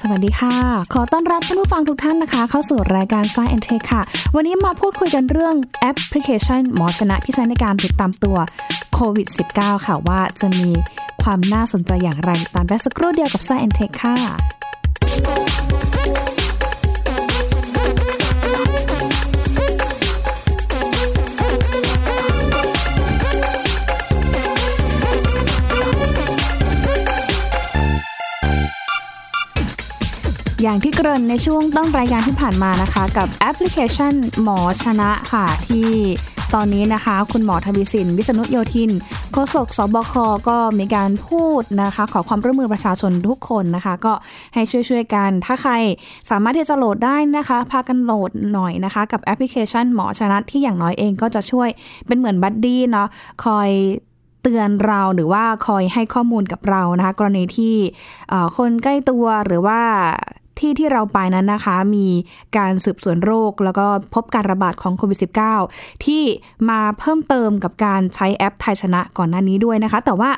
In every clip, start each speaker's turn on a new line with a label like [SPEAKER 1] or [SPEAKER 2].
[SPEAKER 1] สวัสดีค่ะ ขอต้อนรับท่านผู้ฟังทุกท่านนะคะ เข้าสู่รายการ Science and Tech ค่ะ วันนี้มาพูดคุยกันเรื่องแอปพลิเคชันหมอชนะที่ใช้ในการติดตามตัวโควิด -19 ค่ะว่าจะมีความน่าสนใจอย่างไรตามแป๊บสักครู่เดียวกับ Science and Tech ค่ะ อย่างที่เกริ่นในช่วงต้นรายการที่ผ่านมานะคะ กับแอปพลิเคชันหมอชนะค่ะ ที่ตอนนี้นะคะ คุณหมอทวีสิน วิษณุโยธินโฆษกสบคก็มีการพูดนะคะ ขอความร่วมมือประชาชนทุกคนนะคะ ก็ให้ช่วยๆกัน ถ้าใครสามารถที่จะโหลดได้นะคะ พากันโหลดหน่อยนะคะ กับแอปพลิเคชันหมอชนะที่อย่างน้อยเองก็จะช่วยเป็นเหมือนบัดดี้เนาะคอยเตือนเราหรือว่าคอยให้ข้อมูลกับเรานะคะ กรณีที่ เอ่อคนใกล้ตัวหรือว่าที่ที่เราไปนั้นนะคะ มีการสืบสวนโรค แล้วก็พบการระบาดของโควิด -19 ที่มาเพิ่มเติมกับการใช้แอปไทยชนะก่อนหน้านี้ด้วยนะคะ แต่ว่า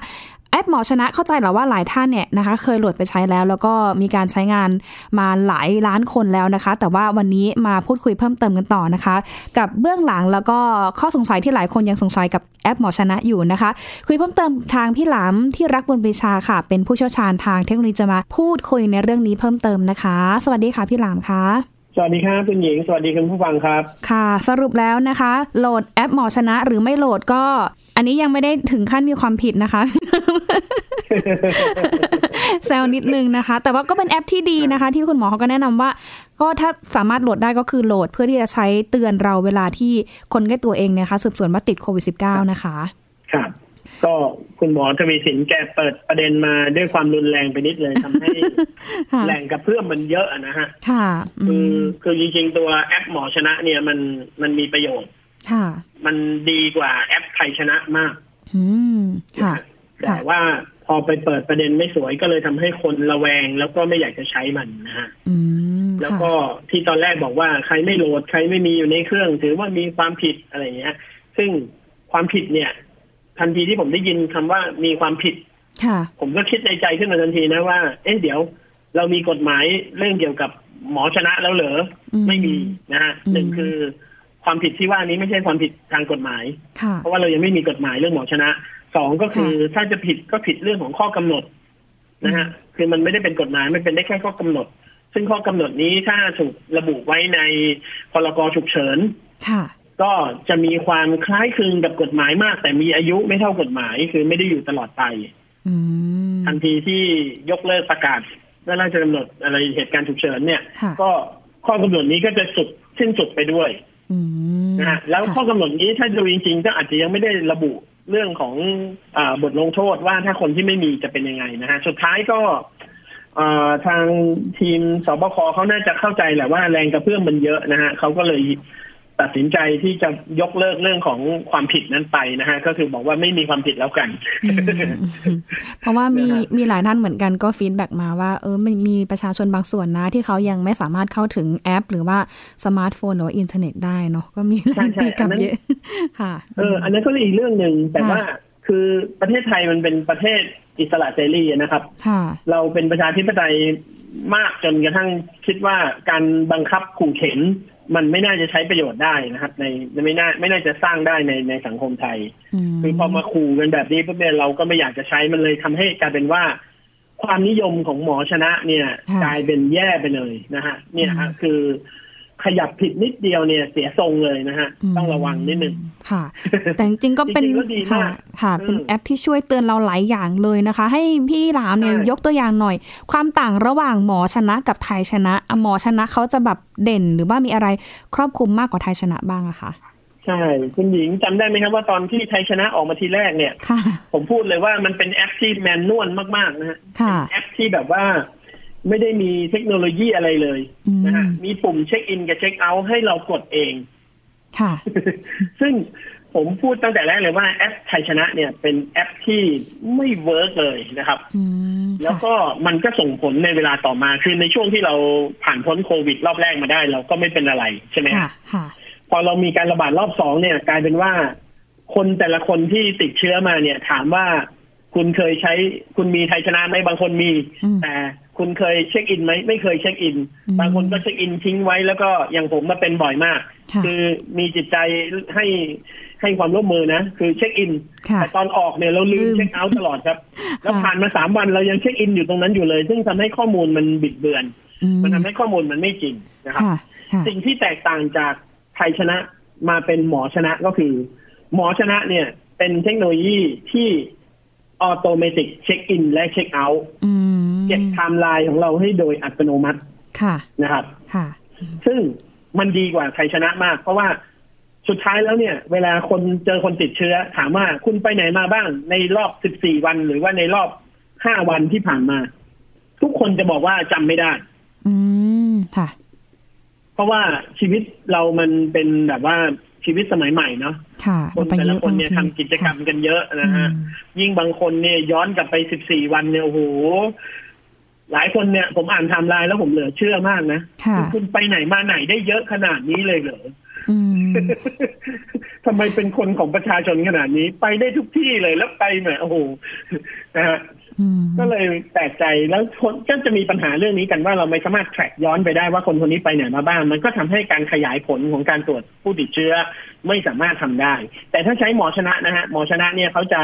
[SPEAKER 1] แอปหมอชนะเข้าใจแหรอว่าหลายท่านเนี่ยนะคะ เคยโหลดไปใช้แล้ว แล้วก็มีการใช้งานมาหลายล้านคนแล้วนะคะ แต่ว่าวันนี้มาพูดคุยเพิ่มเติมกันต่อนะคะ กับเบื้องหลังแล้วก็ข้อสงสัยที่หลายคนยังสงสัยกับแอปหมอชนะอยู่นะคะ คุยเพิ่มเติมทางพี่หลามที่รักบุญปรีชาค่ะ เป็นผู้เชี่ยวชาญทางเทคโนโลยีจะมาพูดคุยในเรื่องนี้เพิ่มเติมนะคะ สวัสดีค่ะพี่หลามค่ะ
[SPEAKER 2] สวัสดีครับคุณหญิง สวัสดีคุณผู้ฟังครับ
[SPEAKER 1] ค่ะ สรุปแล้วนะคะ โหลดแอปหมอชนะหรือไม่โหลดก็ อันนี้ยังไม่ได้ถึงขั้นมีความผิดนะคะ แซวนิดนึงนะคะ แต่ว่าก็เป็นแอปที่ดีนะคะ ที่คุณหมอเขาก็แนะนำว่า ก็ถ้าสามารถโหลดได้ก็คือโหลดเพื่อที่จะใช้เตือนเราเวลาที่คนใกล้ตัวเองเนยนะคะสืบสวนว่าติดโควิด -19 นะคะ
[SPEAKER 2] ครับ ก็คุณหมอทวีสินแกเปิดประเด็นมาด้วยความรุนแรงไปนิดเลยทำให้
[SPEAKER 1] ค่ะ
[SPEAKER 2] แรงกระเพื่อมมันเยอะอะนะฮะ
[SPEAKER 1] ค่ะอื
[SPEAKER 2] คือ
[SPEAKER 1] ม
[SPEAKER 2] คือจริงๆตัวแอปหมอชนะเนี่ยมันมันมีประโยชน์
[SPEAKER 1] ค่ะ
[SPEAKER 2] มันดีกว่าแอปไทยชนะมาก
[SPEAKER 1] อืมค่ะ
[SPEAKER 2] แต่ว่าพอไปเปิดประเด็นไม่สวยก็เลยทำให้คนระแวง แล้วก็ไม่อยากจะใช้มันนะฮะ
[SPEAKER 1] อืม
[SPEAKER 2] แล้ว
[SPEAKER 1] ค่ะ
[SPEAKER 2] ก็ที่ตอนแรกบอกว่าใครไม่โหลดใครไม่มีอยู่ในเครื่อง ถือว่ามีความผิดอะไรอย่างเงี้ย ซึ่งความผิดเนี่ย ทันทีที่ผมได้ยินคำว่ามีความผิด
[SPEAKER 1] ค่ะ
[SPEAKER 2] ผมก็คิดในใจขึ้นมาทันทีนะว่า เอ๊ะเดี๋ยว เรามีกฎหมายเรื่องเกี่ยวกับหมอชนะแล้วเหรอ
[SPEAKER 1] อืม
[SPEAKER 2] ไม่มีนะฮะ
[SPEAKER 1] อืม
[SPEAKER 2] หนึ่งคือความผิดที่ว่านี้ไม่ใช่ความผิดทางกฎหมาย
[SPEAKER 1] ค่ะ
[SPEAKER 2] เพราะว่าเรายังไม่มีกฎหมายเรื่องหมอชนะสองก็คือถ้าจะผิดก็ผิดเรื่องของข้อกำหนดนะฮะคือมันไม่ได้เป็นกฎหมายมันเป็นได้แค่ข้อกำหนด ซึ่งข้อกำหนดนี้ถ้าถูกระบุไว้ในพรกฉุกเฉิน
[SPEAKER 1] ค่ะ
[SPEAKER 2] ก็จะมีความคล้ายคลึงกับกฎหมายมาก แต่มีอายุไม่เท่ากฎหมาย คือไม่ได้อยู่ตลอดไป
[SPEAKER 1] อืม
[SPEAKER 2] ทันทีที่ยกเลิกประกาศและราชกำหนดอะไรเหตุการณ์ฉุกเฉินเนี่ย
[SPEAKER 1] ค่ะ
[SPEAKER 2] ก็ข้อกำหนดนี้ก็จะสุดสิ้นสุดไปด้วย
[SPEAKER 1] อืม
[SPEAKER 2] นะฮะแล้วข้อ
[SPEAKER 1] ค่ะ
[SPEAKER 2] กำหนดนี้ถ้าดูจริงๆก็อาจจะยังไม่ได้ระบุเรื่องของอ่าบทลงโทษว่าถ้าคนที่ไม่มีจะเป็นยังไงนะฮะสุดท้ายก็เอ่อทางทีมสบคเขาน่าจะเข้าใจแหละว่าแรงกระเพื่อมมันเยอะนะฮะเขาก็เลยตัดสินใจที่จะยกเลิกเรื่องของความผิดนั้นไปนะฮะก็คือบอกว่าไม่มีความผิดแล้วกัน
[SPEAKER 1] อืมเพราะว่ามี
[SPEAKER 2] นะฮะ
[SPEAKER 1] มีหลายท่านเหมือนกันก็ฟีดแบ็กมาว่าเออมันมีประชาชนบางส่วนนะ ที่เขายังไม่สามารถเข้าถึงแอป หรือว่าสมาร์ทโฟนหรือว่าอินเทอร์เน็ตได้เนาะก็มีหลายปีกลับเยอะค่ะ
[SPEAKER 2] เอออันนั้นก็อีกเรื่องหนึ่งแต่
[SPEAKER 1] ค่ะ
[SPEAKER 2] ว่าคือประเทศไทยมันเป็นประเทศอิสระเสรีนะครับ
[SPEAKER 1] ค่ะ
[SPEAKER 2] เราเป็นประชาธิปไตยมากจนกระทั่งคิดว่าการบังคับขู่เข็น มันไม่น่าจะใช้ประโยชน์ได้นะครับ ในไม่น่าไม่น่าจะสร้างได้ในในสังคมไทย
[SPEAKER 1] อืม
[SPEAKER 2] คือพอมาขู่กันแบบนี้ปุ๊บเนี่ยเราก็ไม่อยากจะใช้มันเลยทำให้กลายเป็นว่า ความนิยมของหมอชนะเนี่ย
[SPEAKER 1] ะ
[SPEAKER 2] กลายเป็นแย่ไปเลยนะฮะเนี่ยฮะ
[SPEAKER 1] อืม
[SPEAKER 2] คือขยับผิดนิดเดียวเนี่ย เสียทรงเลยนะฮะ
[SPEAKER 1] ม
[SPEAKER 2] ต้องระวังนิดนึง
[SPEAKER 1] ค่ะ แต่จริงๆก็เป็น
[SPEAKER 2] จริงๆก็ดี
[SPEAKER 1] ค่ะ
[SPEAKER 2] มาก
[SPEAKER 1] ค่ะ เป็น
[SPEAKER 2] อืม
[SPEAKER 1] แอปที่ช่วยเตือนเราหลายอย่างเลยนะคะ ให้พี่หลามเนี่ย
[SPEAKER 2] ใช่
[SPEAKER 1] ยกตัวอย่างหน่อย ความต่างระหว่างหมอชนะกับไทยชนะอ่ะหมอชนะเขาจะแบบเด่นหรือว่ามีอะไรครอบคลุมมากกว่าไทยชนะบ้างอะคะ
[SPEAKER 2] ใช่คุณหญิงจำได้ไหมครับว่าตอนที่ไทยชนะออกมาทีแรกเนี่ย
[SPEAKER 1] ค่ะ
[SPEAKER 2] ผมพูดเลยว่ามันเป็นแอปที่แมนนวลมากๆนะฮะ
[SPEAKER 1] ค่ะ
[SPEAKER 2] แอปที่แบบว่าไม่ได้มีเทคโนโลยีอะไรเลย
[SPEAKER 1] อืม
[SPEAKER 2] นะฮะมีปุ่มเช็คอินกับเช็คเอาท์ให้เรากดเอง
[SPEAKER 1] ค่ะ
[SPEAKER 2] ซึ่งผมพูดตั้งแต่แรกเลยว่าแอปไทยชนะเนี่ยเป็นแอปที่ไม่เวิร์กเลยนะครับ
[SPEAKER 1] อืม
[SPEAKER 2] แล้วก็มันก็ส่งผลในเวลาต่อมา คือในช่วงที่เราผ่านพ้นโควิดรอบแรกมาได้ เราก็ไม่เป็นอะไรใช่ไหม
[SPEAKER 1] ค่ะ
[SPEAKER 2] ฮะ
[SPEAKER 1] ค่ะ
[SPEAKER 2] พอเรามีการระบาดรอบสองเนี่ย กลายเป็นว่า คนแต่ละคนที่ติดเชื้อมาเนี่ย ถามว่าคุณเคยใช้คุณมีไทยชนะไหมบางคนมี
[SPEAKER 1] อืม
[SPEAKER 2] แต่ คุณเคยเช็คอินไหมไม่เคยเช็คอิน
[SPEAKER 1] อืม
[SPEAKER 2] บางคนก็เช็คอินทิ้งไว้แล้วก็อย่างผมมาเป็นบ่อยมาก
[SPEAKER 1] ค่ะ
[SPEAKER 2] คือมีจิตใจให้ให้ความร่วมมือนะ คือเช็คอิน
[SPEAKER 1] ค่ะ
[SPEAKER 2] แต่ตอนออกเนี่ยเราลื
[SPEAKER 1] ลื
[SPEAKER 2] ม
[SPEAKER 1] ม
[SPEAKER 2] เช็คเอาท์ตลอด ครับ แล้ว
[SPEAKER 1] ค่ะ
[SPEAKER 2] ผ่านมาสามวันเรายังเช็คอินอยู่ตรงนั้นอยู่เลย ซึ่งทำให้ข้อมูลมันบิดเบือน
[SPEAKER 1] อืม
[SPEAKER 2] มันทำให้ข้อมูลมันไม่จริงนะครับ
[SPEAKER 1] ค่ะค่ะ
[SPEAKER 2] สิ่งที่แตกต่างจากไทยชนะมาเป็นหมอชนะก็คือ หมอชนะเนี่ยเป็นเทคโนโลยีที่ออโตเมติกเช็คอินและเช็คเอาท์
[SPEAKER 1] อืม
[SPEAKER 2] เก็บไทม์ไลน์ของเราให้โดยอัตโนมัติ
[SPEAKER 1] ค่ะ
[SPEAKER 2] นะครับ
[SPEAKER 1] ค่ะ
[SPEAKER 2] ซึ่งมันดีกว่าไทยชนะมาก เพราะว่าสุดท้ายแล้วเนี่ย เวลาคนเจอคนติดเชื้อ ถามว่าคุณไปไหนมาบ้างในรอบ 14 วันหรือว่าในรอบ 5 วันที่ผ่านมา ทุกคนจะบอกว่าจำไม่ได้
[SPEAKER 1] อืม ค่ะ
[SPEAKER 2] เพราะว่าชีวิตเรามันเป็นแบบว่าชีวิตสมัยใหม่เนาะ
[SPEAKER 1] ค่ะ
[SPEAKER 2] คนแต่ละคนเนี่ยทำกิจกรรมกันเยอะนะฮะ ยิ่งบางคนเนี่ยย้อนกลับไป 14 วันเนี่ยโอ้โหหลายคนเนี่ยผมอ่านไทม์ไลน์แล้วผมเหลือเชื่อมากนะ
[SPEAKER 1] ค่ะ
[SPEAKER 2] คุณไปไหนมาไหนได้เยอะขนาดนี้เลยเหรอ
[SPEAKER 1] อืม
[SPEAKER 2] ทำไมเป็นคนของประชาชนขนาดนี้ ไปได้ทุกที่เลยแล้วไปเหมือนโอ้โหนะฮะ
[SPEAKER 1] อืม
[SPEAKER 2] ก็เลยแปลกใจแล้วคนก็จะมีปัญหาเรื่องนี้กันว่าเราไม่สามารถ track ย้อนไปได้ว่าคนคนนี้ไปไหนมาบ้าง มันก็ทำให้การขยายผลของการตรวจผู้ติดเชื้อไม่สามารถทำได้ แต่ถ้าใช้หมอชนะนะฮะหมอชนะเนี่ยเขาจะ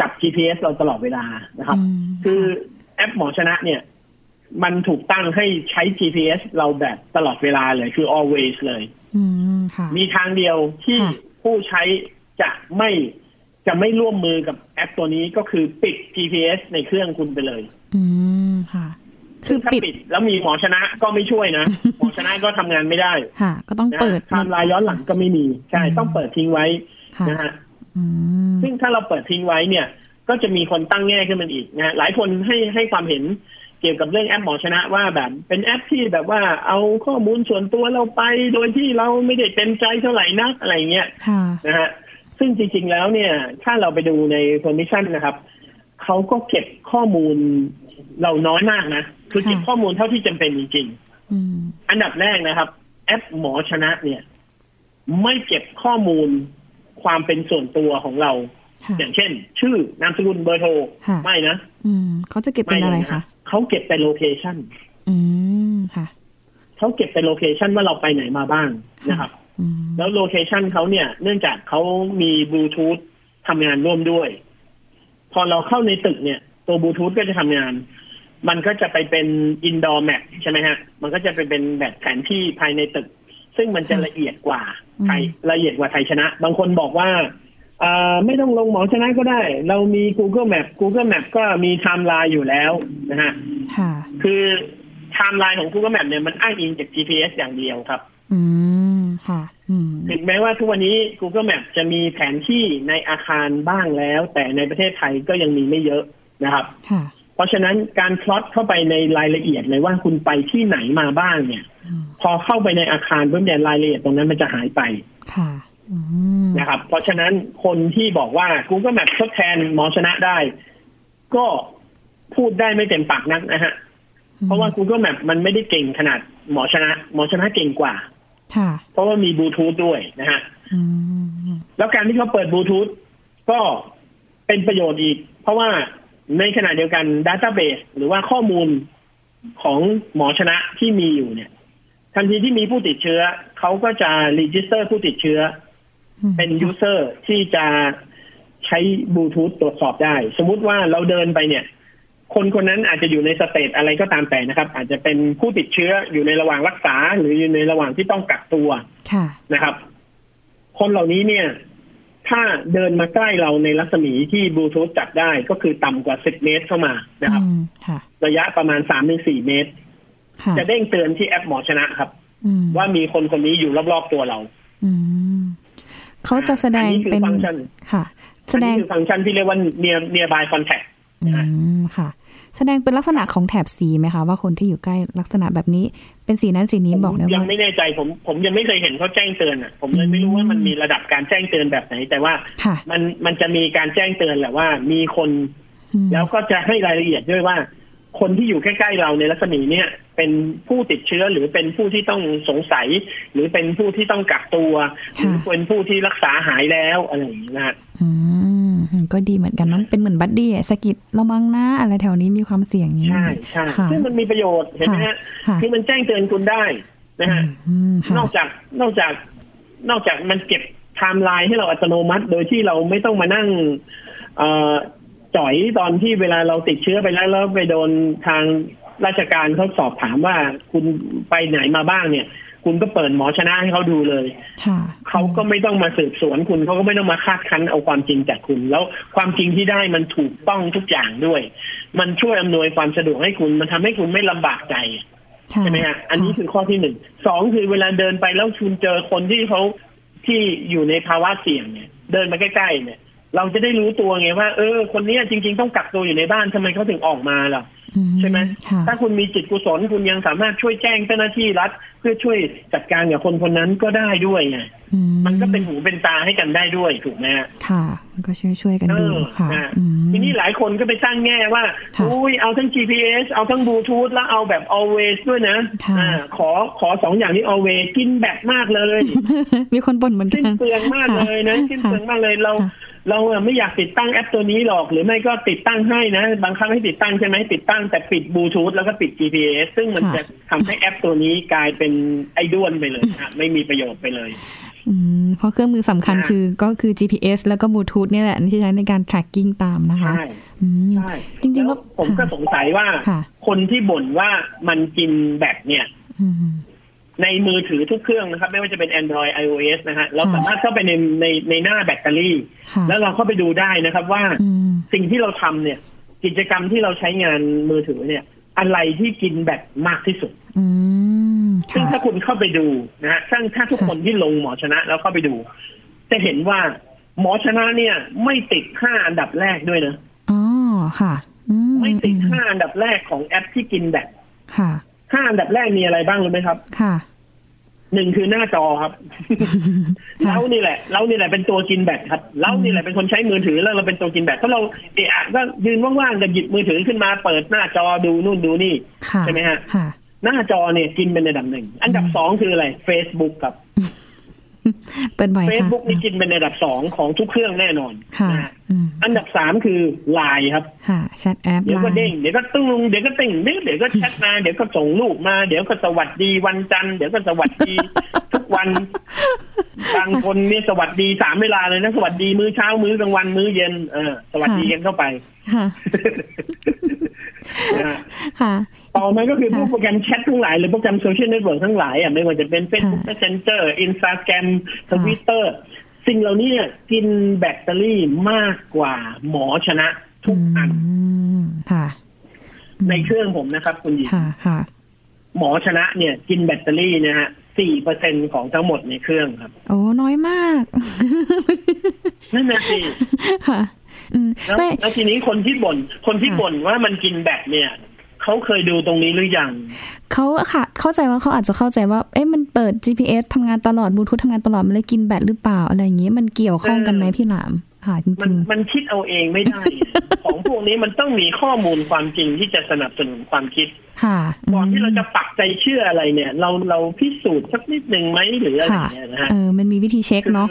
[SPEAKER 2] จับ GPS เราตลอดเวลานะครับ
[SPEAKER 1] ม
[SPEAKER 2] คือแอปหมอชนะเนี่ย มันถูกตั้งให้ใช้ GPS เราแบบตลอดเวลาเลยคือ always เลย
[SPEAKER 1] อืม ค่ะ
[SPEAKER 2] มีทางเดียวที่
[SPEAKER 1] ค่ะ
[SPEAKER 2] ผู้ใช้จะไม่จะไม่ร่วมมือกับแอปตัวนี้ก็คือปิด GPS ในเครื่องคุณไปเลย
[SPEAKER 1] อืม ค่ะ คือ
[SPEAKER 2] ถ้า
[SPEAKER 1] ปิด
[SPEAKER 2] ปิดแล้วมีหมอชนะก็ไม่ช่วยนะ หมอชนะก็ทำงานไม่ได้
[SPEAKER 1] ค่ะ ก็ต้อง
[SPEAKER 2] นะ
[SPEAKER 1] เปิด
[SPEAKER 2] ไทม์ไลน์ย้อนหลังก็ไม่มีใช่ต้องเปิดทิ้งไว้
[SPEAKER 1] ค่ะ
[SPEAKER 2] นะฮะ
[SPEAKER 1] อืม
[SPEAKER 2] ซึ่งถ้าเราเปิดทิ้งไว้เนี่ย ก็จะมีคนตั้งแง่ขึ้นมาอีกนะฮะหลายคนให้ให้ความเห็นเกี่ยวกับเรื่องแอปหมอชนะว่าแบบเป็นแอปที่แบบว่าเอาข้อมูลส่วนตัวเราไป โดยที่เราไม่ได้เต็มใจเท่าไหร่นักอะไรเงี้ย
[SPEAKER 1] ค่ะ
[SPEAKER 2] นะฮะซึ่งจริงๆแล้วเนี่ย ถ้าเราไปดูใน permission นะครับ เขาก็เก็บข้อมูลเราน้อยมากนะ คือเก็บ
[SPEAKER 1] ค่ะ
[SPEAKER 2] ข้อมูลเท่าที่จำเป็นจริง
[SPEAKER 1] อืม
[SPEAKER 2] ๆ อันดับแรกนะครับ แอปหมอชนะเนี่ย ไม่เก็บข้อมูลความเป็นส่วนตัวของเรา
[SPEAKER 1] ค่ะ
[SPEAKER 2] อย่างเช่น ชื่อนามสกุลเบอร์โทร
[SPEAKER 1] ค่ะ
[SPEAKER 2] ไม่นะ
[SPEAKER 1] อืม เขาจะเก็บเป็น
[SPEAKER 2] ล
[SPEAKER 1] อะไร
[SPEAKER 2] ย
[SPEAKER 1] คะ
[SPEAKER 2] เขาเก็บแต่โลเคชัน
[SPEAKER 1] อืม ค่ะ
[SPEAKER 2] เขาเก็บแต่โลเคชันว่าเราไปไหนมาบ้างนะครับ
[SPEAKER 1] อืม
[SPEAKER 2] แล้วโลเคชันเขาเนี่ยเนื่องจากเขามีบลูทูธทำงานร่วมด้วย พอเราเข้าในตึกเนี่ย ตัวบลูทูธก็จะทำงาน มันก็จะไปเป็นอินดอร์แมปใช่ไหมฮะ มันก็จะไปเป็นแบบแผนที่ภายในตึก ซึ่งมันจะละเอียดกว่าไทยละเอียดกว่าไทยชนะ บางคนบอกว่าเอ่อไม่ต้องลงหมอชนะก็ได้ เรามี Google Map Google Map ก็มีไทม์ไลน์อยู่แล้วนะฮะ
[SPEAKER 1] ค่ะ
[SPEAKER 2] คือไทม์ไลน์ของ Google Map เนี่ยมันอ้างอิงจาก GPS อย่างเดียวครับ
[SPEAKER 1] อืม ค่ะ อืม
[SPEAKER 2] ถึงแม้ว่าทุกวันนี้ Google Map จะมีแผนที่ในอาคารบ้างแล้ว แต่ในประเทศไทยก็ยังมีไม่เยอะนะครับ
[SPEAKER 1] ค่ะ
[SPEAKER 2] เพราะฉะนั้นการพลอตเข้าไปในรายละเอียดเลยว่าคุณไปที่ไหนมาบ้างเนี่ย
[SPEAKER 1] อืม
[SPEAKER 2] พอเข้าไปในอาคารเพิ่มเนี่ยรายละเอียดตรงนั้นมันจะหายไป
[SPEAKER 1] ค่ะ อืม
[SPEAKER 2] นะครับ เพราะฉะนั้นคนที่บอกว่า Google Map ทดแทนหมอชนะได้ ก็พูดได้ไม่เต็มปากนักนะฮะเพราะว่า Google Map มันไม่ได้เก่งขนาดหมอชนะ หมอชนะเก่งกว่า
[SPEAKER 1] ค่ะ
[SPEAKER 2] เพราะว่ามีบลูทูธด้วยนะฮะ
[SPEAKER 1] อืม
[SPEAKER 2] แล้วการที่เขาเปิดบลูทูธก็เป็นประโยชน์อีก เพราะว่าในขณะเดียวกันดัต a ้าเบสหรือว่าข้อมูลของหมอชนะที่มีอยู่เนี่ย ทันทีที่มีผู้ติดเชื้อ เขาก็จะรีจิสเตอร์ผู้ติดเชื้อ เป็นยูเซอร์ที่จะใช้บลูทูธตรวจสอบได้ สมมุติว่าเราเดินไปเนี่ย คนคนนั้นอาจจะอยู่ในสเตจอะไรก็ตามแต่นะครับ อาจจะเป็นผู้ติดเชื้ออยู่ในระหว่างรักษา หรืออยู่ในระหว่างที่ต้องกักตัว
[SPEAKER 1] ค่ะ
[SPEAKER 2] นะครับ คนเหล่านี้เนี่ย ถ้าเดินมาใกล้เราในรัศมีที่บลูทูธจับได้ก็คือต่ำกว่า 10 เมตรเข้ามานะครับ
[SPEAKER 1] อืม ค่ะ
[SPEAKER 2] ระยะประมาณ 3-4 เมตร
[SPEAKER 1] ค่ะ
[SPEAKER 2] จะเด้งเตือนที่แอปหมอชนะครับ
[SPEAKER 1] อืม
[SPEAKER 2] ว่ามีคนคนนี้อยู่รอบๆตัวเรา
[SPEAKER 1] อืม เขาจะแสดง
[SPEAKER 2] อันนี้คือ
[SPEAKER 1] เป็น
[SPEAKER 2] ฟังก์ชัน
[SPEAKER 1] ค่ะ แส
[SPEAKER 2] อัน
[SPEAKER 1] ด
[SPEAKER 2] นี้
[SPEAKER 1] ง
[SPEAKER 2] คือฟังก์ชันที่เรียกว่า near nearby contact
[SPEAKER 1] อืม ค่ะ แสดงเป็นลักษณะของแถบสีไหมคะว่าคนที่อยู่ใกล้ลักษณะแบบนี้ เป็นสีนั้นสีนี้บอกได้
[SPEAKER 2] ยั
[SPEAKER 1] ว่า
[SPEAKER 2] งไม่แน่ใจผม ผมยังไม่เคยเห็นเขาแจ้งเตือนอ่ะ ผมเลยไม่รู้ว่ามันมีระดับการแจ้งเตือนแบบไหน แต่ว่า
[SPEAKER 1] ค่ะ
[SPEAKER 2] มันมันจะมีการแจ้งเตือนแหละว่า มีคน
[SPEAKER 1] อืม
[SPEAKER 2] แล้วก็จะให้รายละเอียดด้วยว่า คนที่อยู่ใกล้ๆเราในรัศมีเนี่ย เป็นผู้ติดเชื้อหรือเป็นผู้ที่ต้องสงสัย หรือเป็นผู้ที่ต้องกักตัวห
[SPEAKER 1] ค่ะ
[SPEAKER 2] รือเป็นผู้ที่รักษาหายแล้วอะไรอย่างนี้นะฮะ
[SPEAKER 1] อืมก็ดีเหมือนกันเนอะเป็นเหมือนบัดดี้อะสะกิดระวังนะ อะไรแถวนี้มีความเสี่ยงอย่างนี้
[SPEAKER 2] ใช่ใช่
[SPEAKER 1] ค่ะ
[SPEAKER 2] ซึ่งมันมีประโยชน์เห็นไหมฮะ
[SPEAKER 1] ค่ะ
[SPEAKER 2] คือมันแจ้งเตือนคุณได้นะฮะ
[SPEAKER 1] อืมค่ะ
[SPEAKER 2] นอกจากนอกจากนอกจากมันเก็บไทม์ไลน์ให้เราอัตโนมัติ โดยที่เราไม่ต้องมานั่งเอ่อจ่อยตอนที่เวลาเราติดเชื้อไปแล้วแล้วไปโดนทางราชการเขาสอบถามว่าคุณไปไหนมาบ้างเนี่ย คุณก็เปิดหมอชนะให้เขาดูเลย
[SPEAKER 1] ค่ะ
[SPEAKER 2] เขาก็ไม่ต้องมาสืบสวนคุณเขาก็ไม่ต้องมาคาดคั้นเอาความจริงจากคุณ แล้วความจริงที่ได้มันถูกต้องทุกอย่างด้วย มันช่วยอำนวยความสะดวกให้คุณ มันทำให้คุณไม่ลำบากใจ
[SPEAKER 1] ค่ะ
[SPEAKER 2] ใช่ไหมฮะ อันนี้คือข้อที่หนึ่ง สองคือเวลาเดินไปแล้วคุณเจอคนที่เขาที่อยู่ในภาวะเสี่ยงเนี่ย เดินมาใกล้ๆเนี่ย เราจะได้รู้ตัวไงว่า เออ คนเนี้ยจริง ๆ ต้องกักตัวอยู่ในบ้านทำไมเขาถึงออกมาล่ะ
[SPEAKER 1] อื
[SPEAKER 2] ใช่ไหม
[SPEAKER 1] ค่ะ
[SPEAKER 2] ถ้าคุณมีจิตกุศลคุณยังสามารถช่วยแจ้งเจ้าหน้าที่รัฐ เพื่อช่วยจัดการกับคนคนนั้นก็ได้ด้วยไง
[SPEAKER 1] อื
[SPEAKER 2] มันก็เป็นหูเป็นตาให้กันได้ด้วยถูกไหมฮะ
[SPEAKER 1] ค่ะมันก็ช่วยช่วยๆกันดู
[SPEAKER 2] เออ
[SPEAKER 1] ค่ะ
[SPEAKER 2] อ่ะ
[SPEAKER 1] อืม
[SPEAKER 2] ทีนี้หลายคนก็ไปตั้งแง่ว่า
[SPEAKER 1] ค่ะ
[SPEAKER 2] อุ้ยเอาทั้ง GPS เอาทั้ง Bluetooth แล้วเอาแบบ always ด้วยนะ
[SPEAKER 1] ค่ะ
[SPEAKER 2] อ่าขอขอสองอย่างนี้ always กินแบบมากเลย
[SPEAKER 1] มีคนบ่นเหมือนกั
[SPEAKER 2] สิ้น
[SPEAKER 1] น
[SPEAKER 2] เปลืองมากเลยนะสิ้นเปลืองมากเลยเรา
[SPEAKER 1] ค่ะ
[SPEAKER 2] เราอะไม่อยากติดตั้งแอปตัวนี้หรอก หรือไม่ก็ติดตั้งให้นะ บางครั้งให้ติดตั้งใช่ไหมติดตั้งแต่ปิดบลูทูธแล้วก็ปิด GPS ซึ่งมันจะทำให้แอปตัวนี้กลายเป็นไอ้ด้วนไปเลยนะไม่มีประโยชน์ไปเลย
[SPEAKER 1] อืมเพราะเครื่องมือสำคัญ
[SPEAKER 2] อ่ะ
[SPEAKER 1] คือก็คือ GPS แล้วก็ Bluetooth เนี่ยแหละที่ใช้ในการ tracking ตามนะคะ
[SPEAKER 2] ใช่
[SPEAKER 1] อืม
[SPEAKER 2] ใช่
[SPEAKER 1] จริงๆแล้ว
[SPEAKER 2] วผมก็
[SPEAKER 1] ค่ะ
[SPEAKER 2] สงสัยว่า
[SPEAKER 1] ค่ะ
[SPEAKER 2] คนที่บ่นว่ามันกินแบตเนี่ย
[SPEAKER 1] อืม
[SPEAKER 2] ในมือถือทุกเครื่องนะครับ ไม่ว่าจะเป็น Android iOS นะฮะเรา
[SPEAKER 1] ค่ะ
[SPEAKER 2] สามารถเข้าไปในในในหน้าแบตเตอรี่
[SPEAKER 1] ค่ะ
[SPEAKER 2] แล้วเราเข้าไปดูได้นะครับว่า
[SPEAKER 1] อืม
[SPEAKER 2] สิ่งที่เราทำเนี่ย กิจกรรมที่เราใช้งานมือถือเนี่ย อะไรที่กินแบตมากที่สุด
[SPEAKER 1] อืม
[SPEAKER 2] ซึ่ง
[SPEAKER 1] ค่ะ
[SPEAKER 2] ถ้าคุณเข้าไปดูนะฮะซึ่งถ้าทุก
[SPEAKER 1] ค่ะ
[SPEAKER 2] คนที่ลงหมอชนะแล้วเข้าไปดู จะเห็นว่าหมอชนะเนี่ย ไม่ติดห้าอันดับแรกด้วยนะ
[SPEAKER 1] อ๋อค่ะอืม
[SPEAKER 2] ไม่ติด
[SPEAKER 1] อืม
[SPEAKER 2] ห้าอันดับแรกของแอปที่กินแบต
[SPEAKER 1] ค่ะ
[SPEAKER 2] ห้าอันดับแรกมีอะไรบ้างรู้ไหมครับ
[SPEAKER 1] ค่ะ
[SPEAKER 2] หนึ่งคือหน้าจอ ครับ
[SPEAKER 1] ค่ะ
[SPEAKER 2] เรานี่แหละ เรานี่แหละเป็นตัวกินแบตครับ เรานี่แหละเป็นคนใช้มือถือแล้วเราเป็นตัวกินแบตถ้าเราเอะอะก็ยืนว่างๆก็หยิบมือถือขึ้นมาเปิดหน้าจอดูนู่นดูนี่
[SPEAKER 1] ค่ะ
[SPEAKER 2] ใช่ไหมฮะ
[SPEAKER 1] ค่ะ
[SPEAKER 2] หน้าจอเนี่ยกินเป็นอันดับหนึ่ง อันดับสองคืออะไร Facebook ครับ
[SPEAKER 1] เปิดบ่อยค่ะ
[SPEAKER 2] Facebook นี่กินเป็นอันดับสองของทุกเครื่องแน่นอน
[SPEAKER 1] ค่ะ
[SPEAKER 2] นะฮะ
[SPEAKER 1] อืม
[SPEAKER 2] อันดับสามคือไลน์ครับ
[SPEAKER 1] ค่ะแชทแอป
[SPEAKER 2] เดี๋ยวก็
[SPEAKER 1] ไล
[SPEAKER 2] เด้ง
[SPEAKER 1] น์
[SPEAKER 2] เดี๋ยวก็ตึ้งเดี๋ยวก็ติ่งเดี๋ยวก็แชทมา เดี๋ยวก็ส่งรูปมา เดี๋ยวก็สวัสดีวันจันทร์เดี๋ยวก็สวัส ดี ทุกวันบางคนเนี่ยสวัสดีสามเวลาเลยนะสวัสดีมื้อเช้ามื้อกลางวันมื้อเย็นเออสวัสดีกันเข้าไป
[SPEAKER 1] ค่ะ
[SPEAKER 2] นะฮะ
[SPEAKER 1] ค่ะ
[SPEAKER 2] ต่อมาก็คือพวกโปรแกรมแชททั้งหลายหรือโปรแกรมโซเชียลเน็ตเวิร์กทั้งหลายอ่ะไม่ว่าจะเป็น Facebook
[SPEAKER 1] ค่ะ
[SPEAKER 2] Messenger Instagram Twitter สิ่งเหล่านี้เนี่ยกินแบตเตอรี่มากกว่าหมอชนะทุกอัน
[SPEAKER 1] มค่ะ
[SPEAKER 2] ในเครื่องผมนะครับคุณหญิง
[SPEAKER 1] ค่ะค่ะ
[SPEAKER 2] หมอชนะเนี่ยกินแบตเตอรี่นะฮะสี่เปอร์เซ็นของทั้งหมดในเครื่องครับ
[SPEAKER 1] โอ้น้อยมาก
[SPEAKER 2] นั่นนะสิ
[SPEAKER 1] ค่ะ อืม
[SPEAKER 2] แล้ว
[SPEAKER 1] ไม่
[SPEAKER 2] แล้วทีนี้คนที่บน่นคนที่
[SPEAKER 1] ค่ะ
[SPEAKER 2] บ่นว่ามันกินแบตเนี่ย เขาเคยดูตรงนี้หรือยัง
[SPEAKER 1] เขาค่ะ เข้าใจว่าเขาอาจจะเข้าใจว่า เอ๊ะมันเปิด GPS ทำงานตลอดบลูทูธทำงานตลอด มันเลยกินแบตหรือเปล่า อะไรอย่างงี้ มันเกี่ยวข้องกันไหม
[SPEAKER 2] เออ
[SPEAKER 1] พี่หลาม ค่ะ จ
[SPEAKER 2] มั
[SPEAKER 1] ริ
[SPEAKER 2] น
[SPEAKER 1] ง
[SPEAKER 2] มันคิดเอาเองไม่ได้ ของพวกนี้มันต้องมีข้อมูลความจริงที่จะสนับสนุนความคิด
[SPEAKER 1] ๆ ค่ะ
[SPEAKER 2] ก่อนที่เราจะปักใจเชื่ออะไรเนี่ย เราเราพิสูจน์สักนิดหนึ่งไหมหรืออะไร
[SPEAKER 1] ค่ะ
[SPEAKER 2] เนี่ยนะฮะ
[SPEAKER 1] เออ มันมีวิธีเช็คเนาะ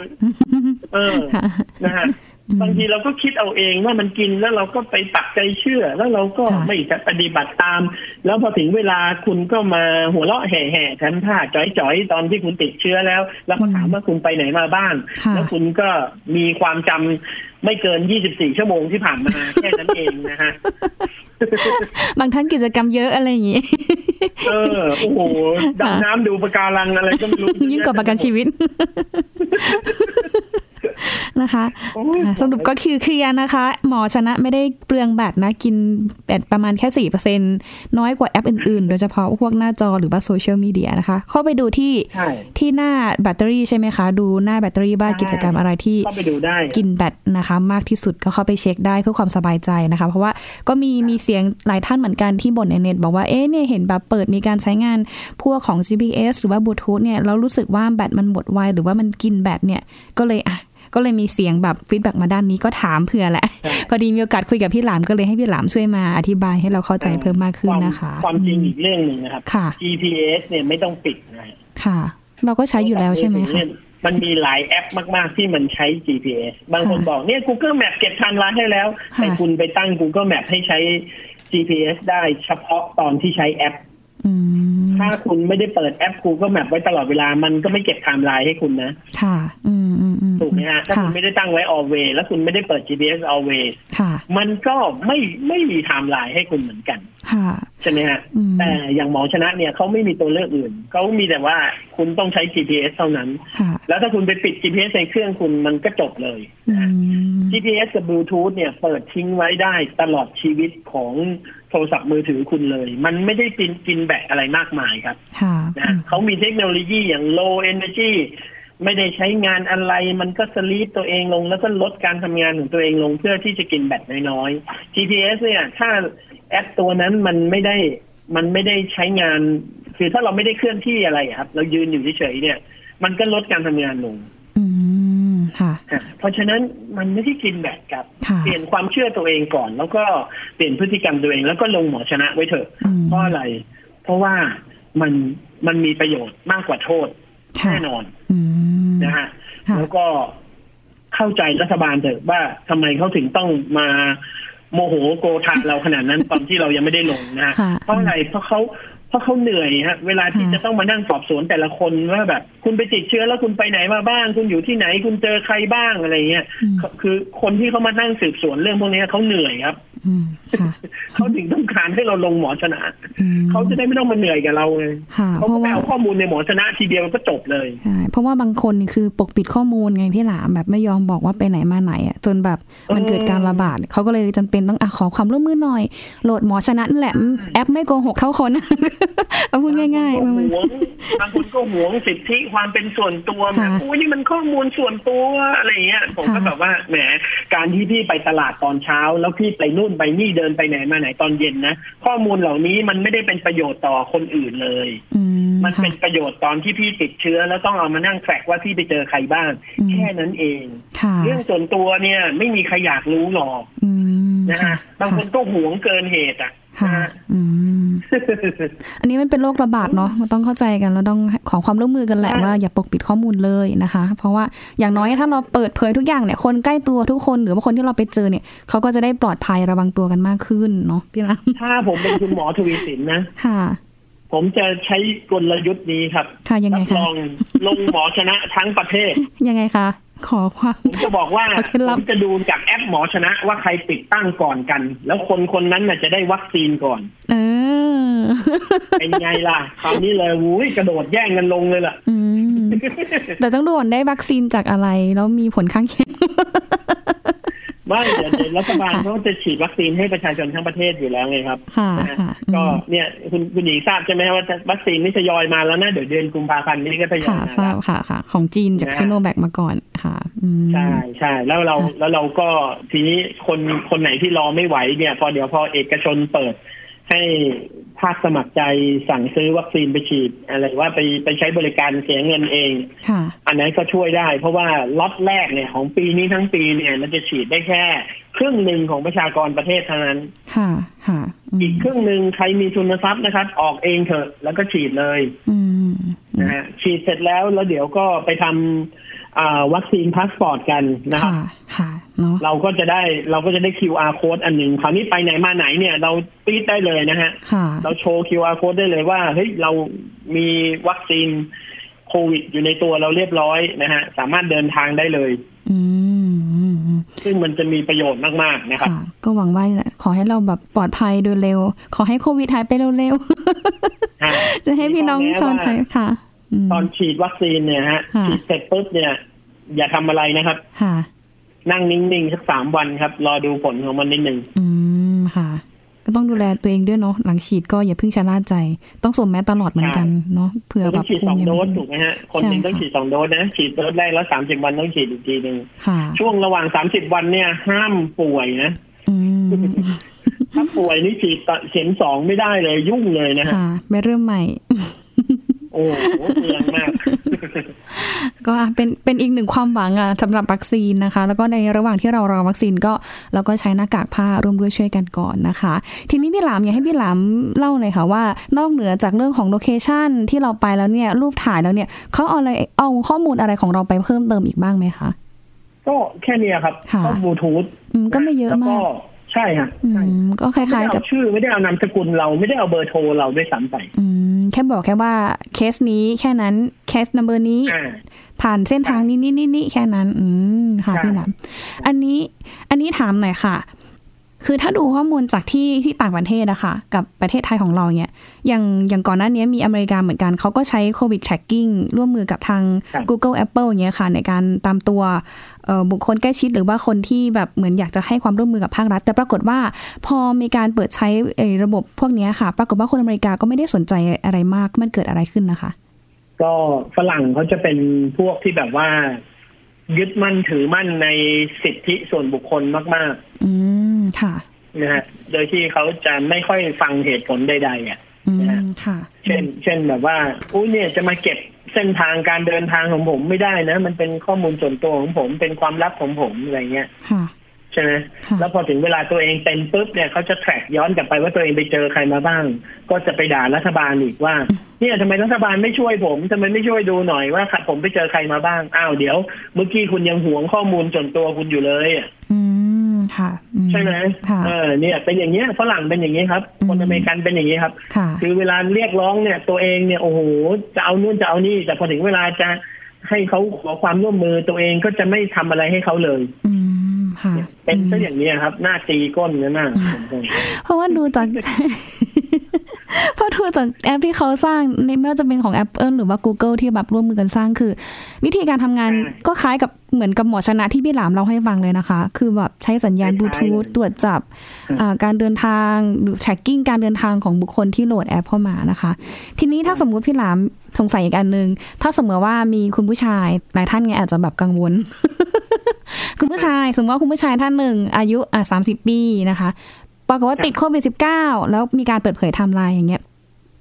[SPEAKER 2] เออ
[SPEAKER 1] ค่ะ
[SPEAKER 2] นะฮะบางทีเราก็คิดเอาเองว่ามันกินแล้วเราก็ไปปักใจเชื่อ แล้วเราก็
[SPEAKER 1] ค่ะ
[SPEAKER 2] ไม่ปฏิบัติตาม แล้วพอถึงเวลาคุณก็มาหัวเราะแห่แห่ๆทันท่าจ้อยๆ ตอนที่คุณติดเชื้อแล้ว แล้วก็ถามว่าคุณไปไหนมาบ้าง
[SPEAKER 1] ค่ะ
[SPEAKER 2] แล้วคุณก็มีความจำไม่เกิน 24 ชั่วโมงที่ ผ่านมา แค่นั้นเองนะฮะ
[SPEAKER 1] บางท่านกิจกรรมเยอะอะไรอย่าง งี้
[SPEAKER 2] เออโอ้โหดำน้ำดูปะการังอะไรก็ไม่รู้
[SPEAKER 1] ยิ่งกว่าประกันชีวิต นะคะ
[SPEAKER 2] โอ้ย
[SPEAKER 1] อ่ะสรุปก็คือเคลียร์นะคะ หมอชนะไม่ได้เปลืองแบตนะ กินแบตประมาณแค่สี่เปอร์เซ็นน้อยกว่าแอปอื่นๆ โดยเฉพาะพวกหน้าจอหรือว่าโซเชียลมีเดียนะคะ เข้าไปดูที่
[SPEAKER 2] ใช่
[SPEAKER 1] ที่หน้าแบตเตอรี่ใช่ไหมคะ ดูหน้าแบตเตอรี่บ้าง
[SPEAKER 2] ใช่
[SPEAKER 1] กิจกรรมอะไรที่
[SPEAKER 2] ก็ไปดูได้
[SPEAKER 1] กินแบตนะคะ มากที่สุดก็เข้าไปเช็คได้เพื่อความสบายใจนะคะ เพราะว่าก็มีมีเสียงหลายท่านเหมือนกันที่บ่นในเน็ตบอกว่าเอ๊ะเนี่ยเห็นแบบเปิดมีการใช้งานพวกของ GPS หรือว่าบลูทูธเนี่ยเรารู้สึกว่าแบตมันหมดไวหรือว่ามันกินแบตเนี่ยก็เลยอ่ะ ก็เลยมีเสียงแบบฟีดแบ็กมาด้านนี้ก็ถามเผื่อแหละ
[SPEAKER 2] ใช่
[SPEAKER 1] พอดีมีโอกาสคุยกับพี่หลามก็เลยให้พี่หลามช่วยมาอธิบายให้เราเข้าใจเพิ่มมากขึ้นนะคะ
[SPEAKER 2] ความจริงอีกเรื่องหนึ่งนะครับ
[SPEAKER 1] ค่ะ
[SPEAKER 2] GPS เนี่ยไม่ต้องปิดนะฮะ
[SPEAKER 1] ค่ะ เราก็ใช้อยู่แล้วใช่ไหม
[SPEAKER 2] โทรศัพท์
[SPEAKER 1] คะ
[SPEAKER 2] เนี่ยมันมีหลายแอปมากๆ ที่มันใช้ GPS บางคนบอกเนี่ย Google Map เก็บไทม์ไลน์ให้แล้ว แต่คุณไปตั้ง Google Map ให้ใช้ GPS ได้เฉพาะตอนที่ใช้แอป
[SPEAKER 1] อืม
[SPEAKER 2] ถ้าคุณไม่ได้เปิดแอป Google Map ไว้ตลอดเวลา มันก็ไม่เก็บไทม์ไลน์ให้คุณนะ
[SPEAKER 1] ค่ะ อืมอืมอืม
[SPEAKER 2] ถูกไหมฮะ ถ้า
[SPEAKER 1] ค่ะ
[SPEAKER 2] คุณไม่ได้ตั้งไว้ always แล้วคุณไม่ได้เปิด GPS always
[SPEAKER 1] ค่ะ
[SPEAKER 2] มันก็ไม่ไม่มีไทม์ไลน์ให้คุณเหมือนกัน
[SPEAKER 1] ค่ะ
[SPEAKER 2] ใช่ไหมฮะ
[SPEAKER 1] อืม
[SPEAKER 2] แต่อย่างหมอชนะเนี่ยเขาไม่มีตัวเลือกอื่น เขามีแต่ว่าคุณต้องใช้ GPS เท่านั้น
[SPEAKER 1] ค่ะ
[SPEAKER 2] แล้วถ้าคุณไปปิด GPS ในเครื่องคุณมันก็จบเลย
[SPEAKER 1] อื
[SPEAKER 2] นะฮะ
[SPEAKER 1] ม
[SPEAKER 2] GPS กับบลูทูธเนี่ยเปิดทิ้งไว้ได้ตลอดชีวิตของโทรศัพท์มือถือคุณเลย มันไม่ได้กินกินแบตอะไรมากมายครับ
[SPEAKER 1] ค่ะ
[SPEAKER 2] นะเขามีเทคโนโลยีอย่าง low energy ไม่ได้ใช้งานอะไร มันก็สลีปตัวเองลง แล้วก็ลดการทำงานของตัวเองลงเพื่อที่จะกินแบตน้อยๆ GPS เนี่ย ถ้าแอปตัวนั้นมันไม่ได้มันไม่ได้ใช้งาน คือถ้าเราไม่ได้เคลื่อนที่อะไรอะครับ เรายืนอยู่เฉยๆเนี่ย มันก็ลดการทำงานลง
[SPEAKER 1] อืมค่ะ
[SPEAKER 2] ฮะเพราะฉะนั้นมันไม่ได้กินแบตครับ
[SPEAKER 1] ค่ะ
[SPEAKER 2] เปลี่ยนความเชื่อตัวเองก่อน แล้วก็เปลี่ยนพฤติกรรมตัวเองแล้วก็ลงหมอชนะไว้เถอะ
[SPEAKER 1] อืม
[SPEAKER 2] เพราะอะไร เพราะว่ามันมันมีประโยชน์มากกว่าโทษ
[SPEAKER 1] ค่ะ
[SPEAKER 2] แน่นอน
[SPEAKER 1] อืม
[SPEAKER 2] นะฮะ
[SPEAKER 1] ค่ะ
[SPEAKER 2] แล้วก็เข้าใจรัฐบาลเถอะว่าทำไมเขาถึงต้องมาโมโหโกธาเราขนาดนั้น ตอนที่เรายังไม่ได้ลงนะฮะ
[SPEAKER 1] ค่ะ
[SPEAKER 2] เพราะอะไร เพราะเขาเพราะเขาเหนื่อยฮะ เวลาที่
[SPEAKER 1] ค่ะ
[SPEAKER 2] จะต้องมานั่งสอบสวนแต่ละคนว่าแบบ คุณไปติดเชื้อแล้วคุณไปไหนมาบ้าง คุณอยู่ที่ไหน คุณเจอใครบ้างอะไรเงี้ย
[SPEAKER 1] อืม
[SPEAKER 2] คือคนที่เขามานั่งสืบสวนเรื่องพวกนี้เขาเหนื่อยครับ
[SPEAKER 1] อืมค่ะ
[SPEAKER 2] เขาถึงต้องการให้เราลงหมอชนะ
[SPEAKER 1] อืม
[SPEAKER 2] เขาจะได้ไม่ต้องมาเหนื่อยกับเราเลย
[SPEAKER 1] ค่ะ
[SPEAKER 2] เขา
[SPEAKER 1] เพ
[SPEAKER 2] ก็
[SPEAKER 1] ราะ
[SPEAKER 2] ไป
[SPEAKER 1] ว่า
[SPEAKER 2] เอาข้อมูลในหมอชนะทีเดียวก็จบเลย
[SPEAKER 1] ใช่เพราะว่าบางคนนี่คือปกปิดข้อมูลไงพี่หลามแบบไม่ยอมบอกว่าไปไหนมาไหนอ่ะจนแบบมัน
[SPEAKER 2] เออ
[SPEAKER 1] เกิดการระบาดเขาก็เลยจำเป็นต้องอะขอความร่วมมือหน่อย โหลดหมอชนะนั่นแหละอืมแอปไม่โกหกเท่าคน เอาพูดง่ายๆมัน
[SPEAKER 2] บางคนก็หวงบางคนก็หวงสิทธิความเป็นส่วนตัวแบ
[SPEAKER 1] ค่ะ
[SPEAKER 2] บอุ้ยนี่มันข้อมูลส่วนตัวอะไรอย่างเงี้ยผมก็แบบว่าแหมการที่พี่ไปตลาดตอนเช้า แล้วพี่ไปนู่นไปนี่เดินไปไหนมาไหนตอนเย็นนะข้อมูลเหล่านี้มันไม่ได้เป็นประโยชน์ต่อคนอื่นเลย
[SPEAKER 1] อืม
[SPEAKER 2] มันเป็นประโยชน์ตอนที่พี่ติดเชื้อ แล้วต้องเอามานั่งแทร็กว่าพี่ไปเจอใครบ้าง
[SPEAKER 1] อืม
[SPEAKER 2] แค่นั้นเอง
[SPEAKER 1] ค่ะ
[SPEAKER 2] เรื่องส่วนตัวเนี่ยไม่มีใครอยากรู้หรอก
[SPEAKER 1] อืม
[SPEAKER 2] นะฮะบางคนก็หวงเกินเหตุอ่ะ
[SPEAKER 1] ค่ะ
[SPEAKER 2] นะฮะ
[SPEAKER 1] อืมอันนี้มันเป็นโรคระบาดเนาะมันต้องเข้าใจกันแล้วต้องขอความร่วมมือกันแหละ
[SPEAKER 2] ใช่
[SPEAKER 1] ว่าอย่าปกปิดข้อมูลเลยนะคะ เพราะว่าอย่างน้อยถ้าเราเปิดเผยทุกอย่างเนี่ยคนใกล้ตัวทุกคนหรือว่าคนที่เราไปเจอเนี่ยเขาก็จะได้ปลอดภัยระวังตัวกันมากขึ้นเนาะพี่หลาม
[SPEAKER 2] ถ้าผมเป็นคุณหมอทวีสินนะ
[SPEAKER 1] ค่ะ
[SPEAKER 2] ผมจะใช้กลยุทธ์นี้ครับ
[SPEAKER 1] ค่ะยัง
[SPEAKER 2] รั
[SPEAKER 1] ไง
[SPEAKER 2] บร
[SPEAKER 1] คะ
[SPEAKER 2] องลงหมอชนะทั้งประเท ศ
[SPEAKER 1] ยังไงคะ ขอความ
[SPEAKER 2] ผมจะบอกว่า
[SPEAKER 1] เอาเคล็ดลั
[SPEAKER 2] ผ
[SPEAKER 1] บ
[SPEAKER 2] มจะดูจากแอปหมอชนะว่าใครติดตั้งก่อนกัน แล้วคนคนนั้นน่ะจะได้วัคซีน ก่อน
[SPEAKER 1] เออ
[SPEAKER 2] เป็นไงล่ะคราวนี้เลยอุ้ยกระโดดแย่งกันลงเลยล่ะ
[SPEAKER 1] อืมแต่ต้องดูก่อนได้วัคซีนจากอะไร แล้วมีผลข้างเคียง
[SPEAKER 2] ไม่เดี๋ยวเดี๋ยวรัฐบาล
[SPEAKER 1] ค่ะ
[SPEAKER 2] เขาจะฉีดวัคซีนให้ประชาชนทั้งประเทศอยู่แล้วไงครับ
[SPEAKER 1] ค่ะค่ะ
[SPEAKER 2] ก็
[SPEAKER 1] อืม
[SPEAKER 2] เนี่ยคุณคุณหญิงทราบใช่ไหมว่าวัคซีนนี่ทยอยมาแล้วนะ เดี๋ยวเดือนกุมภาพันธ์นี้ก็ทยอย
[SPEAKER 1] ค่ะ
[SPEAKER 2] มา
[SPEAKER 1] ทรา
[SPEAKER 2] แล้
[SPEAKER 1] บ
[SPEAKER 2] ว
[SPEAKER 1] ค่ะค่ะ ของจีนจาก
[SPEAKER 2] นะ
[SPEAKER 1] ชิโนแบกมาก่อนค่ะ อืม
[SPEAKER 2] ใช่ใช่แล้วเรา
[SPEAKER 1] ค่ะ
[SPEAKER 2] แล้วเราก็ทีนี้คนคนไหนที่รอไม่ไหวเนี่ย พอเดี๋ยวพอเอกชนเปิด ให้ภาคสมัครใจสั่งซื้อวัคซีนไปฉีดอะไรว่าไปไปใช้บริการเสียเงินเอง
[SPEAKER 1] ค่ะ
[SPEAKER 2] อันนั้นก็ช่วยได้ เพราะว่าล็อตแรกเนี่ยของปีนี้ทั้งปีเนี่ยมันจะฉีดได้แค่ ครึ่งหนึ่งของประชากรประเทศเท่านั้น
[SPEAKER 1] ค่ะค่ะม
[SPEAKER 2] อีกครึ่งหนึ่งใครมีทุนทรัพย์นะครับ ออกเองเถอะแล้วก็ฉีดเลย
[SPEAKER 1] อืม
[SPEAKER 2] นะฮะฉีดเสร็จแล้วแล้วเดี๋ยวก็ไปทำอ่าวัคซีนพาสปอร์ตกันนะครับ
[SPEAKER 1] ค่ะค่ะเนาะ
[SPEAKER 2] เราก็จะได้เราก็จะได้ QR code อันหนึ่งคราวนี้ไปไหนมาไหนเนี่ยเราปีดได้เลยนะฮะ
[SPEAKER 1] ค่ะ
[SPEAKER 2] เราโชว์ QR code ได้เลยว่าเฮ้ยเรามีวัคซีนโควิดอยู่ในตัวเราเรียบร้อยนะฮะสามารถเดินทางได้เลย
[SPEAKER 1] อืมอืมอืม
[SPEAKER 2] ซึ่งมันจะมีประโยชน์มาก ๆ นะครับ
[SPEAKER 1] ค่ะก็หวังว่าแหละขอให้เราแบบปลอดภัยโดยเร็ว ขอให้โควิดหายไปเร็ว
[SPEAKER 2] ฮะ
[SPEAKER 1] ๆ จะให้พี่น้อง
[SPEAKER 2] มีข้
[SPEAKER 1] ชา
[SPEAKER 2] อ
[SPEAKER 1] ว
[SPEAKER 2] แม้ว่า
[SPEAKER 1] ไทยค่ะม
[SPEAKER 2] ตอนฉีดวัคซีนเนี่ยฮะ
[SPEAKER 1] ค่ะ
[SPEAKER 2] ฉีดเสร็จปุ๊บเนี่ย อย่าทำอะไรนะครับ
[SPEAKER 1] ค่ะ
[SPEAKER 2] นั่งนิ่งๆสักสามวันครับ รอดูผลของมันนิดหนึ่ง
[SPEAKER 1] อืมค่ะ ก็ต้องดูแลตัวเองด้วยเนาะหลังฉีดก็อย่าเพิ่งชะล่าใจ ต้องสวมแมสตลอดเหมือนกันเนาะเผื่อ
[SPEAKER 2] เรา
[SPEAKER 1] แบ
[SPEAKER 2] ต้อบงฉีดสอง
[SPEAKER 1] ภูมิยัง
[SPEAKER 2] โด
[SPEAKER 1] ไม่
[SPEAKER 2] สถูกไหมฮะ คนหนึ่งต้องฉีดสองโดสนะ ฉีดโดสแรกแล้วสามสิบวันต้องฉีดอีกทีหนึ่ง
[SPEAKER 1] ค่ะ
[SPEAKER 2] ช่วงระหว่างสามสิบวันเนี่ย ห้ามป่วยนะ
[SPEAKER 1] อืม
[SPEAKER 2] ถ้าป่วยนี่ฉีดต่อเข็มสองไม่ได้เลยยุ่งเลยนะฮะ
[SPEAKER 1] ค่ะ ไม่เริ่มใหม่
[SPEAKER 2] โอ้โหเปลืองมาก
[SPEAKER 1] ก็อ่ะเป็นเป็นอีกหนึ่งความหวังอ่ะสำหรับวัคซีนนะคะ แล้วก็ในระหว่างที่เรารอวัคซีนก็เราก็ใช้หน้ากากผ้าร่วมด้วยช่วยกันก่อนนะคะ ทีนี้พี่หลามอยากให้พี่หลามเล่าเลยค่ะว่านอกเหนือจากเรื่องของโลเคชันที่เราไปแล้วเนี่ยรูปถ่ายแล้วเนี่ยเขาเอาอะไรเอาข้อมูลอะไรของเราไปเพิ่มเติมอีกบ้างไหมคะ
[SPEAKER 2] ก็แค่เนี้ยครับ
[SPEAKER 1] ค่ะ
[SPEAKER 2] ก็บลูทูธ
[SPEAKER 1] อืมก็ไม่เยอะ
[SPEAKER 2] แล้ว
[SPEAKER 1] มา
[SPEAKER 2] ก็
[SPEAKER 1] ก
[SPEAKER 2] ใช่ฮะ
[SPEAKER 1] อื
[SPEAKER 2] ใช่
[SPEAKER 1] มก็ค
[SPEAKER 2] ไม่ได้
[SPEAKER 1] ล้าย ๆ กับ
[SPEAKER 2] เอาชื่อไม่ได้เอานามสกุลเราไม่ได้เอาเบอร์โทรเราด้วยซ้ำไป
[SPEAKER 1] อืมแค่บอกแค่ว่าเคสนี้แค่นั้นเคสนัมเบอร์นี้
[SPEAKER 2] อ่า
[SPEAKER 1] ผ่านเส้นทางนี้นี่นี่นี่แค่นั้น อืมค่ะ
[SPEAKER 2] ใช่
[SPEAKER 1] พี่หลามอันนี้อันนี้ถามหน่อยค่ะ คือถ้าดูข้อมูลจากที่ที่ต่างประเทศอะค่ะ กับประเทศไทยของเราเนี่ยอย่างอย่างก่อนหน้านี้มีอเมริกาเหมือนกันเขาก็ใช้โควิด tracking ร่วมมือกับทาง
[SPEAKER 2] ครับ
[SPEAKER 1] Google Apple อย่างเงี้ยค่ะ ในการตามตัวเอ่อบุคคลใกล้ชิดหรือว่าคนที่แบบเหมือนอยากจะให้ความร่วมมือกับภาครัฐ แต่ปรากฏว่าพอมีการเปิดใช้เอ่อระบบพวกเนี้ยค่ะ ปรากฏว่าคนอเมริกาก็ไม่ได้สนใจอะไรมากมันเกิดอะไรขึ้นนะคะ
[SPEAKER 2] ก็ฝรั่งเขาจะเป็นพวกที่แบบว่า ยึดมั่นถือมั่นในสิทธิส่วนบุคคลมาก
[SPEAKER 1] อืมค่ะ
[SPEAKER 2] ๆนะฮะโดยที่เขาจะไม่ค่อยฟังเหตุผลใดๆอ่ะ
[SPEAKER 1] อื
[SPEAKER 2] นะ
[SPEAKER 1] ม
[SPEAKER 2] ฮะ
[SPEAKER 1] ค่ะ
[SPEAKER 2] เช่น เช่นแบบว่าอุ้ยเนี่ยจะมาเก็บเส้นทางการเดินทางของผมไม่ได้นะ มันเป็นข้อมูลส่วนตัวของผมเป็นความลับของผมอะไรเงี้ย
[SPEAKER 1] ค่ะ
[SPEAKER 2] ใช่ไหม
[SPEAKER 1] ค่ะ
[SPEAKER 2] แล้วพอถึงเวลาตัวเองเป็นปุ๊บเนี่ยเขาจะแทร็กย้อนกลับไปว่าตัวเองไปเจอใครมาบ้าง ก็จะไปด่ารัฐบาลอีกว่า เนี่ยทำไมรัฐบาลไม่ช่วยผมทำไมไม่ช่วยดูหน่อยว่าผมไปเจอใครมาบ้างอ้าวเดี๋ยว เมื่อกี้คุณยังหวงข้อมูลส่วนตัวคุณอยู่เลยอะ
[SPEAKER 1] อืม ค่ะอื
[SPEAKER 2] ใช่ไหม
[SPEAKER 1] ค่ะ
[SPEAKER 2] เออเนี่ยเป็นอย่างเงี้ยฝรั่งเป็นอย่างเงี้ยครับคน
[SPEAKER 1] อืม
[SPEAKER 2] อเมริกันเป็นอย่างเงี้ยครับ
[SPEAKER 1] ค่ะ
[SPEAKER 2] คือเวลาเรียกร้องเนี่ยตัวเองเนี่ยโอ้โหจะเอานู่นจะเอานี่ แต่พอถึงเวลาจะให้เขาขอความร่วมมือตัวเองก็จะไม่ทำอะไรให้เขาเลย
[SPEAKER 1] อืม ค่ะ
[SPEAKER 2] เป็นซะ
[SPEAKER 1] อืม
[SPEAKER 2] อย่างนี้ยครับ หน้าตีก้นเนี่ยหน้าผมเลย
[SPEAKER 1] เพราะว่าดูจาก เพราะดูจากแอปที่เขาสร้างในไม่ว่าจะเป็นของ Apple หรือว่า Google ที่แบบร่วมมือกันสร้างคือ วิธีการทำงานก็คล้ายกับเหมือนกับหมอชนะที่พี่หลามเราให้ฟังเลยนะคะ คือแบบใช้สัญญาณบลูทูธตรวจจับอ่าการเดินทางหรือ tracking การเดินทางของบุคคลที่โหลดแอปเข้ามานะคะ ทีนี้ถ้าสมมุติพี่หลามสงสัยอีกอันหนึ่งถ้าสมมติว่ามีคุณผู้ชายหลายท่านไงอาจจะแบบกังวล คุณผู้ชายสมมติว่าคุณผู้ชายท่านหนึ่งอายุอ่ะสามสิบปีนะคะปรากฏว่าติดโควิดสิบเก้าแล้วมีการเปิดเผยไทม์ไลน์อย่างเงี้ย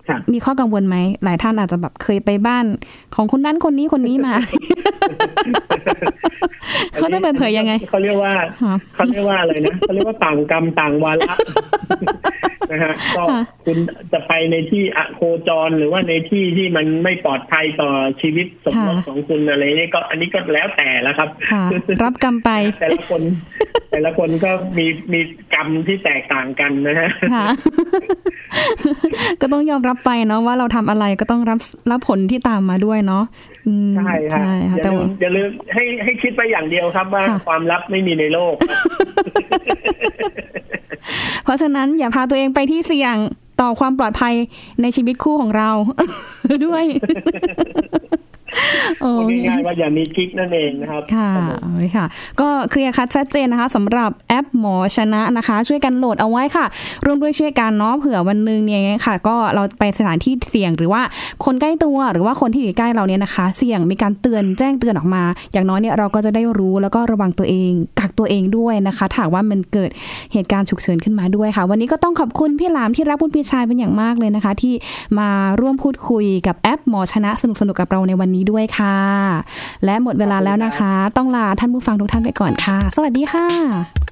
[SPEAKER 2] ค่ะ
[SPEAKER 1] มีข้อกังวลไหม หลายท่านอาจจะแบบเคยไปบ้าน ของคนนั้นคนนี้คนนี้ มา เขาจะเปิดเผยยังไง
[SPEAKER 2] เขาเรียกว่า
[SPEAKER 1] ค่ะ
[SPEAKER 2] เขาเรียกว่าอะไรนะเขาเรียกว่าต่างกรรมต่างวาระ นะฮะก็
[SPEAKER 1] ค่ะ
[SPEAKER 2] คุณจะไปในที่อโคจรหรือว่าในที่ที่มันไม่ปลอดภัยต่อชีวิตสมรสของคุณอะไรเนี่ยก็อันนี้ก็แล้วแต่ละครับ
[SPEAKER 1] ค่ะ รับกรรมไป
[SPEAKER 2] แต่ละคน แต่ละคนก็มีมีกรรมที่แตกต่างกันนะฮะ
[SPEAKER 1] ค่ะ ก็ต้องยอมรับไปเนาะว่าเราทำอะไรก็ต้องรับรับผลที่ตามมาด้วยเนาะอืม
[SPEAKER 2] ใช่ค่ะ
[SPEAKER 1] ใช่ค่ะ
[SPEAKER 2] อย่า
[SPEAKER 1] แต่
[SPEAKER 2] ลื
[SPEAKER 1] ว่า
[SPEAKER 2] มอย่าลืมให้ให้คิดไปอย่างเดียวครับว่า
[SPEAKER 1] ค่ะ
[SPEAKER 2] ความลับไม่มีในโลก
[SPEAKER 1] เพราะฉะนั้นอย่าพาตัวเองไปที่เสี่ยงต่อความปลอดภัยในชีวิตคู่ของเรา ด้วยโอ้
[SPEAKER 2] พูด
[SPEAKER 1] ย
[SPEAKER 2] ง่ายๆว่าอย่ามีกิ๊กนั่นเองนะครับ
[SPEAKER 1] ค่ะเอาเลยค่ะ ก็เคลียร์คัดชัดเจนนะคะสำหรับแอปหมอชนะนะคะ ช่วยกันโหลดเอาไว้ค่ะร่วมด้วยช่วยกันเนาะเผื่อวันหนึงเนี่ยค่ะ ก็เราไปสถานที่เสี่ยงหรือว่าคนใกล้ตัวหรือว่าคนที่อยู่ใกล้เราเนี่ยนะคะ เสี่ยงมีการเตือนแจ้งเตือนออกมา อย่างน้อยเนี่ยเราก็จะได้รู้แล้วก็ระวังตัวเองกักตัวเองด้วยนะคะถ้าหากว่ามันเกิดเหตุการณ์ฉุกเฉินขึ้นมาด้วยค่ะ วันนี้ก็ต้องขอบคุณพี่หลามที่รักคุณพี่ชายเป็นอย่างมากเลยนะคะ ที่มาร่วมพูดคุยกับแอปหมอชนะสนุกๆกับเราในวันนี้ด้วยค่ะ และหมดเวลาแล้วนะคะ ต้องลาท่านผู้ฟังทุกท่านไปก่อนค่ะ สวัสดีค่ะ